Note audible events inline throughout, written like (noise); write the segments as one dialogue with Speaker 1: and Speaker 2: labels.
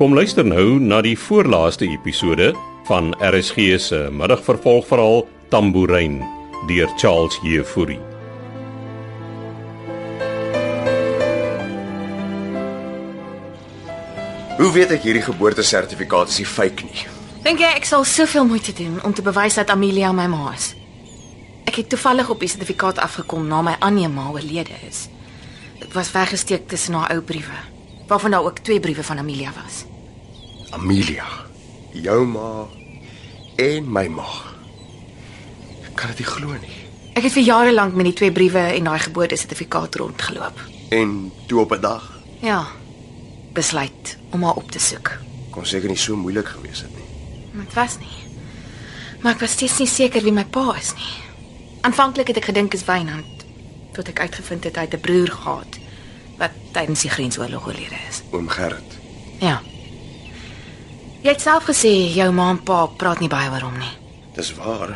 Speaker 1: Kom luister nou na die voorlaaste episode van RSG se middagvervolgverhaal Tambourine deur Charles Jefouri.
Speaker 2: Hoe weet ek hierdie geboortesertifikaat is nie fake nie?
Speaker 3: Dink jy ek sal soveel moeite doen om te bewys dat Amelia my ma is? Ek het toevallig op die sertifikaat afgekom na my Anje ma oorlede is. Dit was weggesteek tussen haar ou briewe, waarvan daar ook twee briewe van Amelia was.
Speaker 2: Amelia, jou ma en my ma. Ek kan dit nie glo nie.
Speaker 3: Ek het vir jare lank met die twee briewe en daai geboortesertifikaat rondgeloop.
Speaker 2: En toe op 'n dag
Speaker 3: Ja. Besluit om haar op te soek.
Speaker 2: kon seker nie so moeilik gewees het nie.
Speaker 3: Maar Dit was nie. Maar ek was steeds nie seker wie my pa is nie. Aanvanklik het ek gedink is Wynand tot ek uitgevind het hy het 'n broer gehad wat tydens die grensoorlog oorlede is.
Speaker 2: Oom Gerrit.
Speaker 3: Ja. Jy het self gesê jou ma en pa praat nie baie oor hom nie.
Speaker 2: Dis waar.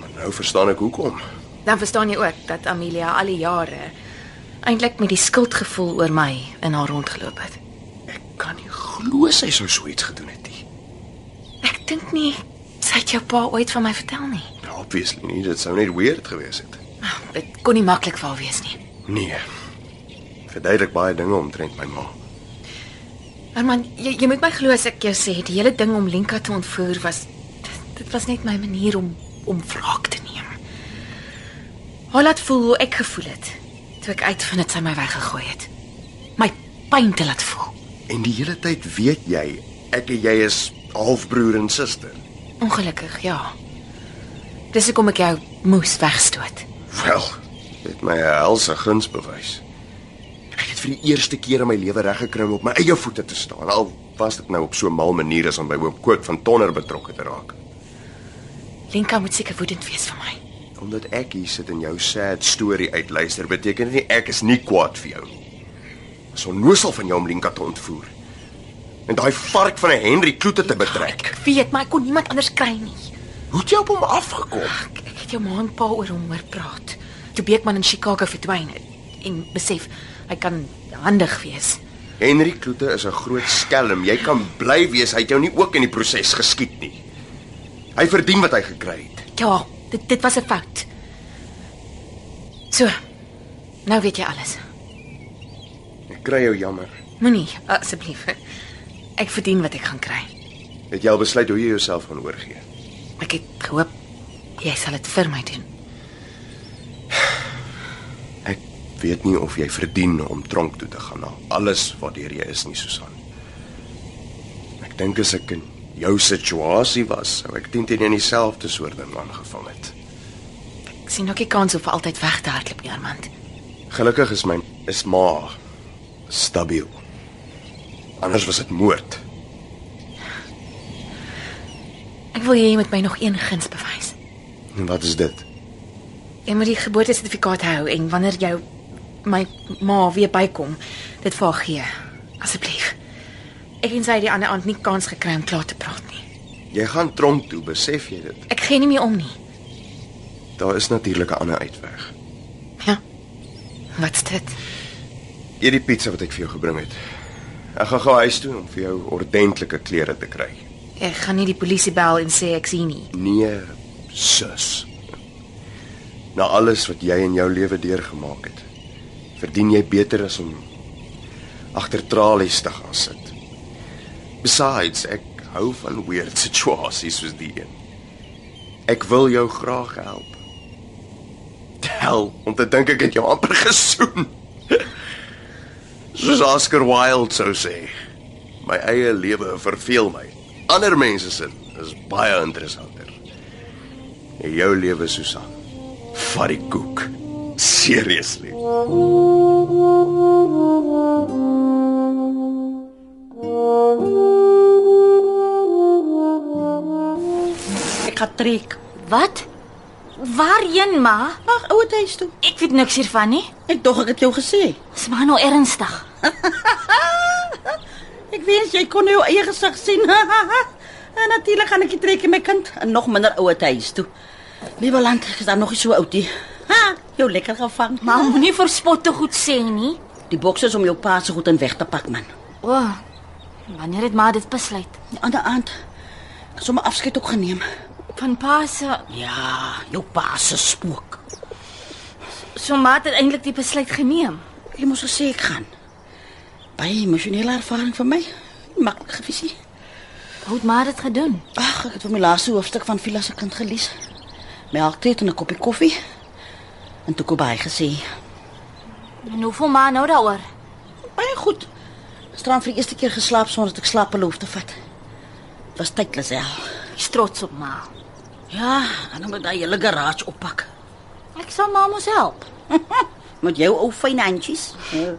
Speaker 2: Maar nou verstaan ek hoekom.
Speaker 3: Dan verstaan jy ook dat Amelia al die jare eintlik met die skuldgevoel oor my in haar rondgeloop het.
Speaker 2: Ek kan nie glo sy sou so iets gedoen het nie.
Speaker 3: Ek dink nie sy het jou pa ooit van my vertel nie.
Speaker 2: Nou obviously nie, dit sou net weird gewees het.
Speaker 3: Ah, Dit kon nie maklik vir haar wees nie.
Speaker 2: Nee. Verduidelik baie dinge omtrent my ma.
Speaker 3: Herman, jy jy moet my glo as ek jou sê die hele ding om Lenka te ontvoer was dit, dit was net my manier om om wraak te neem. Haar laat voel hoe ek gevoel het toe ek uitvind dat sy my weggegooi het. My pyn te laat voel.
Speaker 2: En die hele tyd weet jy, ek en jy is halfbroer en suster.
Speaker 3: Ongelukkig, ja. Dis hoekom ek jou moes wegstoot.
Speaker 2: Wel, dit my 'n helse guns bewys. Ek het vir die eerste keer in my lewe reggekry om op my eie voete te staan. Al was dit nou op so 'n mal manier as om by oom Kook van Tonner betrokke te raak.
Speaker 3: Lenka moet seker woedend wees vir my.
Speaker 2: Omdat ek hier sit en jou sad story uitluister, beteken dit nie ek is nie kwaad vir jou nie. Dis onnoosel van jou om Linka te ontvoer. En daai vark van 'n Henry Kloete te betrek.
Speaker 3: Ek weet, maar ek kon niemand anders kry nie.
Speaker 2: Hoe het jy op hom afgekom?
Speaker 3: Ek, ek het jou ma en pa oor hom hoor praat. Toe Beekman in Chicago verdwyn het en besef hy kan handig wees.
Speaker 2: Henry Kloete is 'n groot skelm. Jy kan bly wees hy het jou nie ook in die proses geskiet nie. Hy verdien wat hy gekry het.
Speaker 3: Ja, dit dit was 'n fout. So. Nou weet jy alles.
Speaker 2: Ek kry jou jammer.
Speaker 3: Moenie asseblief. Ek verdien wat ek gaan kry.
Speaker 2: Het jy al besluit hoe jy jouself gaan oorgee?
Speaker 3: Ek het gehoop jy sal dit vir my doen.
Speaker 2: Ek weet nie of jy verdien om tronk toe te gaan na alles wat deur jy is nie, Susan. Ek dink as ek in jou situasie was, sou ek teen teen in dieselfde soort ding aangevang het.
Speaker 3: Ek sien nog nie kans om vir altyd weg te hardloop nie, Armand.
Speaker 2: Gelukkig is my is ma stabiel. Anders was dit moord.
Speaker 3: Ek wil jy moet my nog een guns bewys.
Speaker 2: En wat is dit?
Speaker 3: Jy moet Ja, die geboortesertifikaat hou en wanneer jou my ma weer bykom, dit vir haar gee. Asseblief. Ek en sy het die ander aand nie kans gekry om klaar te praat nie.
Speaker 2: Jy gaan tronk toe, besef jy dit?
Speaker 3: Ek gee nie meer om nie.
Speaker 2: Daar is natuurlik 'n ander uitweg.
Speaker 3: Ja. Wat's dit?
Speaker 2: Eet die pizza wat ek vir jou gebring het. Ek gaan gou huis toe om vir jou ordentlike klere te kry.
Speaker 3: Ek gaan nie die polisie bel en sê ek sien nie.
Speaker 2: Nee, sus. Na alles wat jy in jou lewe deurgemaak het, verdien jy beter as om agter tralies te gaan sit. Besides, ek hou van weird (laughs) situasies soos die een. Ek wil jou graag help. Hel, om te dink ek het jou amper gesoen. Soos Oscar Wilde sou sê, my eie lewe verveel my. Ander mense se is baie interessanter. En jou lewe, Susan, vat die koek. Seriously.
Speaker 4: Ek gaan trek.
Speaker 5: Wat? Waarheen, ma?
Speaker 4: Ag, ouer huis toe.
Speaker 5: Ek weet niks hiervan nie.
Speaker 4: Ek dog ek het jou gesê.
Speaker 5: Dis maar nou ernstig.
Speaker 4: Ek wens jy kon jou eie gesig sien. en natuurlik gaan ek nie trek in my kind en nog minder ouer huis toe. Liewe land, ek is dan nog nie so oud nie. Ha, jou lekker gevang.
Speaker 5: Ma, moenie vir spot te goed sê nie.
Speaker 4: die boks is om jou pa se goed in weg te pak man.
Speaker 5: O. Oh, Wanneer het ma dit besluit?
Speaker 4: Die ander aand ek het sommer afskeid ook geneem.
Speaker 5: Van pa se
Speaker 4: Ja, jou pa se spook.
Speaker 5: so ma het eintlik die besluit geneem.
Speaker 4: Jy moes gesê ek gaan. Baie emosionele ervaring vir my. Maklik gevisie.
Speaker 5: Hoe het ma dit gedoen?
Speaker 4: Ag, ek het vir my laaste hoofstuk van Villa se kind gelees. Melktreet en 'n koppie koffie. En toe kom hy gesê,
Speaker 5: En hoe voel ma nou daaroor?
Speaker 4: "Baie goed. Gisteraan vir die eerste keer geslaap sonder dat ek slaappillof te vat. Het was tydlus hè.
Speaker 5: Ek's trots op ma.
Speaker 4: Ja, en dan moet daai hele garage oppak. (laughs)
Speaker 5: Ek sal ma mos help.
Speaker 4: Met jou ou fyn handjies. Ja.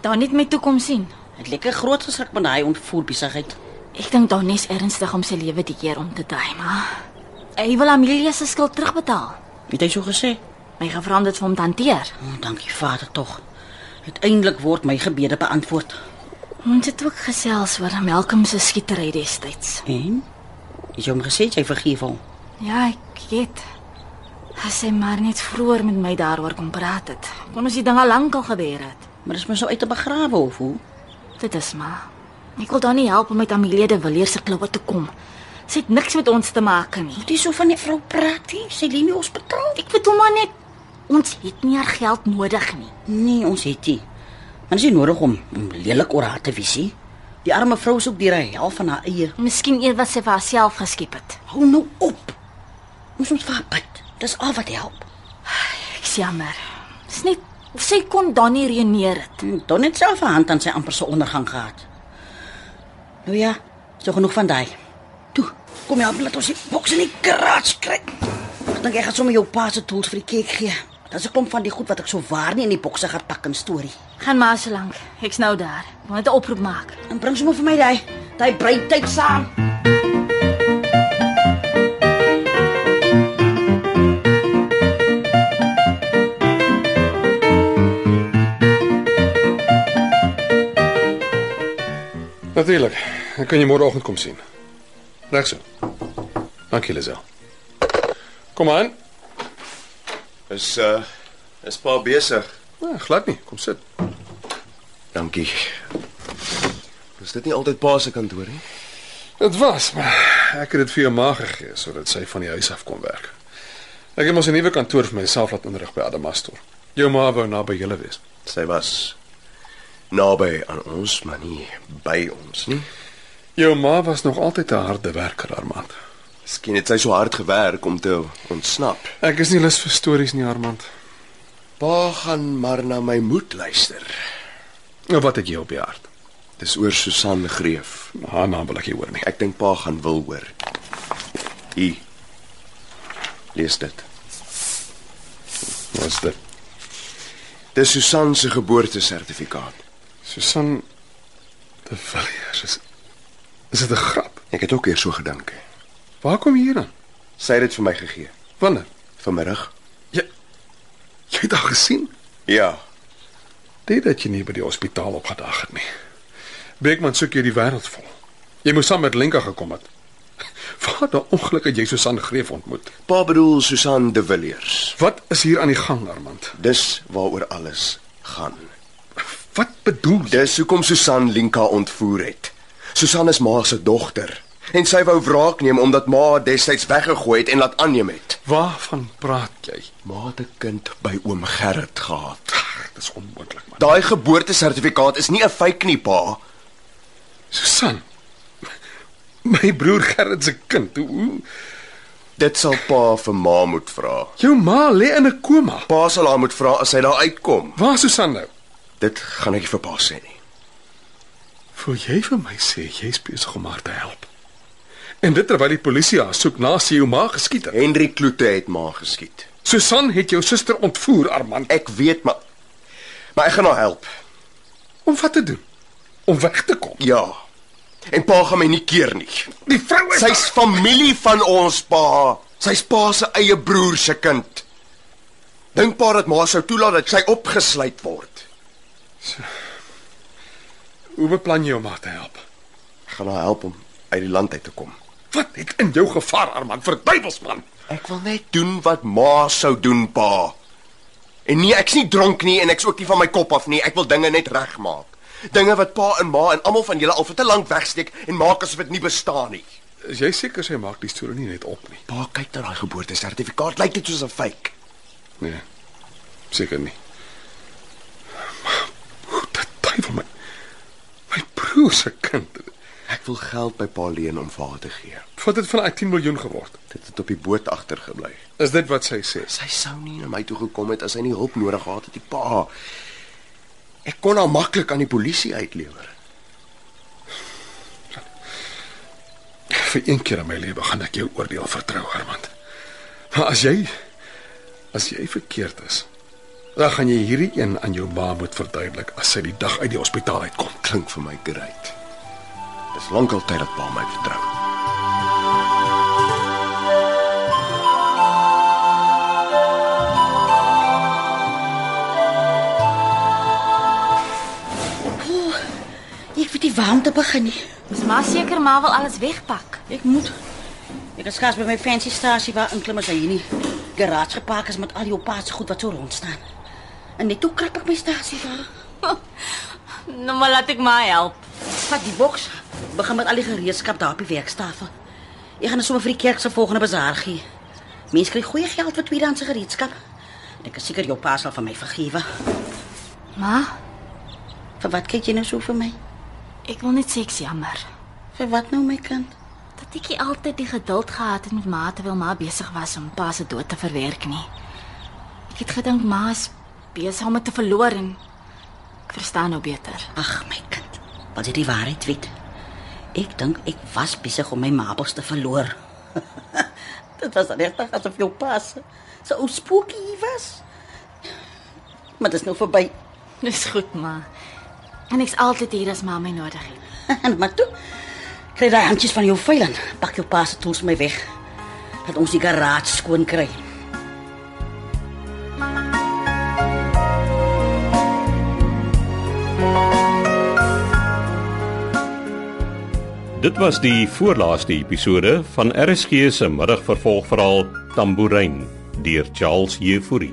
Speaker 5: Daar net my toekoms sien.
Speaker 4: Het lekker groot geskrik met daai ontvoerbesigheid.
Speaker 5: Ek dink daar nes ernstig om sy lewe die keer om te draai, ma. Hy wil Amelia se skuld terugbetaal.
Speaker 4: Het hy so gesê?
Speaker 5: My gevra om dit vir hom te hanteer.
Speaker 4: Oh, dankie Vader tog. Uiteindelik word my gebede beantwoord.
Speaker 5: Ons het ook gesels oor Malcolm se skietery destyds.
Speaker 4: En? Is jy hom gesê jy vergeef hom?
Speaker 5: Ja, ek weet. As hy maar net vroeër met my daaroor kon praat het. Kon ons die ding al lank al gebeur het.
Speaker 4: Maar dis mos nou uit te begrawe of hoe?
Speaker 5: Dit is maar. Ek wil daar nie help om met Amelia de Villiers se kloue te kom. Sy het niks met ons te maak nie.
Speaker 4: Moet jy so van die vrou praat nie? Sy lê nie hospitaal.
Speaker 5: Ek bedoel maar net ons het nie haar geld nodig nie.
Speaker 4: Nee, ons het nie. Maar dis nie nodig om, om lelik oor haar te visie. Die arme vrou soek die help van haar eie.
Speaker 5: Miskien eers wat sy vir haarself geskiep het.
Speaker 4: Hou nou op. Ons moet vir haar bid. Dis al wat help.
Speaker 5: Ek is jammer. Dis net sy kon dan nie reuneer het.
Speaker 4: Dan net self 'n hand aan sy amper se ondergang gehad. Nou ja, so genoeg van daai. Toe, kom jy help laat ons die boks in die garage kry. Ek dink ek gaan sommer jou pa se tools vir die cake gee. Dis 'n klomp van die goed wat ek so waar nie in die bokse gaan pak in storie.
Speaker 5: Gaan maar so lank. Ek's nou daar. Ek wil net 'n oproep maak.
Speaker 4: En bring sommer vir my daai daai breityd saam.
Speaker 6: Natuurlik. Dan kan jy môreoggend kom sien. Reg so. Dankie, Lisel. Kom aan.
Speaker 2: Is uh is pa besig.
Speaker 6: Nee, glad nie. Kom sit.
Speaker 2: Dankie. Is dit nie altyd pa se kantoor nie?
Speaker 6: Dit was, maar ek het dit vir jou ma gegee sodat sy van die huis af kon werk. Ek het mos 'n nuwe kantoor vir myself laat inrig by Adamastor. Jou ma wou naby julle wees.
Speaker 2: Sy was naby aan ons, maar nie by ons nie.
Speaker 6: Jou ma was nog altyd 'n harde werker, Armand.
Speaker 2: Miskien het sy so hard gewerk om te ontsnap.
Speaker 6: Ek is nie lus vir stories nie, Armand.
Speaker 2: Pa gaan maar na my moed luister.
Speaker 6: Nou wat het jy op die hart?
Speaker 2: Dis oor Susan Greef.
Speaker 6: Haar naam wil ek nie hoor nie.
Speaker 2: Ek dink pa gaan wil hoor. Hier. Lees dit.
Speaker 6: Wat is dit?
Speaker 2: Dis Susan se geboortesertifikaat.
Speaker 6: Susan de Villiers is Is dit 'n grap?
Speaker 2: Ek het ook eers so gedink.
Speaker 6: Waar kom jy hier aan?
Speaker 2: Sy het dit vir my gegee
Speaker 6: Wanneer?
Speaker 2: vanmiddag.
Speaker 6: Jy jy het haar gesien?
Speaker 2: Ja,
Speaker 6: Dit dat jy nie by die hospitaal opgedag het nie. Beekman soek jou die wêreld vol. Jy moes saam met Lenka gekom het. (laughs) Wat 'n ongeluk het jy Susan Greef ontmoet.
Speaker 2: pa bedoel Susan de Villiers.
Speaker 6: Wat is hier aan die gang, Armand?
Speaker 2: Dis waaroor alles gaan.
Speaker 6: Wat bedoel jy?
Speaker 2: Dis hoekom Susan Linka ontvoer het. Susan is ma se dogter en sy wou wraak neem omdat ma haar destyds weggegooi het en laat aanneem het.
Speaker 6: Waarvan praat jy?
Speaker 2: Ma het 'n kind by oom Gerrit gehad.
Speaker 6: Ag, dis onmoontlik, man.
Speaker 2: Daai geboortesertifikaat is nie 'n fake nie, pa.
Speaker 6: Susan. (laughs) My broer Gerrit se kind. Hoe- Hoe?
Speaker 2: Dit sal pa vir ma moet vra.
Speaker 6: Jou ma lê in 'n koma.
Speaker 2: Pa sal haar moet vra as sy daar uitkom.
Speaker 6: Waar is Susan nou?
Speaker 2: Dit gaan ek nie vir pa sê nie.
Speaker 6: Voel jy vir my sê jy's besig om haar te help? En dit terwyl die polisie haar soek na sy jou ma geskiet het.
Speaker 2: Henry Kloete het ma geskiet.
Speaker 6: Susan het jou suster ontvoer, Armand.
Speaker 2: Ek weet maar maar ek gaan haar help.
Speaker 6: Om wat te doen? Om weg te kom.
Speaker 2: Ja. En pa gaan my nie keer nie.
Speaker 6: Die vrou is
Speaker 2: Sy's familie van ons pa. Sy's pa se eie broer se kind. Dink pa dat ma sou toelaat dat sy opgesluit word.
Speaker 6: Hoe beplan jy om haar te help?
Speaker 2: Ek gaan haar help om uit die land uit te kom.
Speaker 6: Wat het in jou gevaar, Armand? Verduivels man.
Speaker 2: Ek wil net doen wat ma sou doen, pa. En nee, ek's nie dronk nie en ek's ook nie van my kop af nie. Ek wil dinge net regmaak. Dinge wat pa en ma en almal van julle al vir te lank wegsteek en maak asof dit nie bestaan nie.
Speaker 6: Is jy seker sy maak die storie nie net op nie?
Speaker 2: Pa kyk na daai geboortesertifikaat, lyk dit soos 'n fake.
Speaker 6: Nee. Seker nie. Maar hoe dit duivel my my broer se kind.
Speaker 2: Ek wil geld by pa leen om vir haar te gee.
Speaker 6: Wat het van daai 10 miljoen geword?
Speaker 2: Dit het op die boot agtergebly.
Speaker 6: Is dit wat sy sê?
Speaker 2: Sy sou nie na my toe gekom het as sy nie hulp nodig gehad het, die pa. Ek kon haar maklik aan die polisie uitlewer.
Speaker 6: Vir een keer in my lewe gaan ek jou oordeel vertrou, Armand. Maar as jy as jy verkeerd is, dan gaan jy hierdie een aan jou ma moet verduidelik as sy die dag uit die hospitaal uitkom.
Speaker 2: Klink vir my great. Dis lankal tyd dat pa my vertrou.
Speaker 4: Ek weet nie waar om te begin nie.
Speaker 5: Dis maar seker maar wil alles wegpak.
Speaker 4: Ek moet Ek is skaars by my fancy stasie waar inklim as hy hier nie. Garage gepark is met al jou paas goed wat so rond staan. En net toe krap ek my stasie daar.
Speaker 5: Nou maar laat ek my help.
Speaker 4: Vat die boks. Begin met al die gereedskap daar op die werkstafel. Ek gaan dit sommer vir die kerk se volgende bazaar gee. Mense kry goeie geld vir tweedehandse gereedskap. En Ek is seker jou pa sal van my vergewe.
Speaker 5: Ma,
Speaker 4: Vir wat kyk jy nou so vir my?
Speaker 5: ek wil net sê ek's jammer.
Speaker 4: Vir wat nou my kind?
Speaker 5: Dat ek nie altyd die geduld gehad het met ma terwyl ma besig was om pa se dood te verwerk nie. Ek het gedink ma is besig om dit te verloor en ek verstaan nou beter.
Speaker 4: Ag my kind. Wat jy die waarheid weet. Ek dink ek was besig om my mabels te verloor. (laughs) Dit was dan regtig asof jou pas so ou spooky hier was. Maar dit is nou verby.
Speaker 5: Dis goed, ma. En ek's altyd hier as ma my nodig het.
Speaker 4: en (laughs) maar toe kry daai handjies van jou vuil aan. Pak jou pas se tools my weg. Dat ons die garage skoon kry.
Speaker 1: Dit was die voorlaaste episode van RSG se middagvervolgverhaal Tambourine deur Charles Jefouri.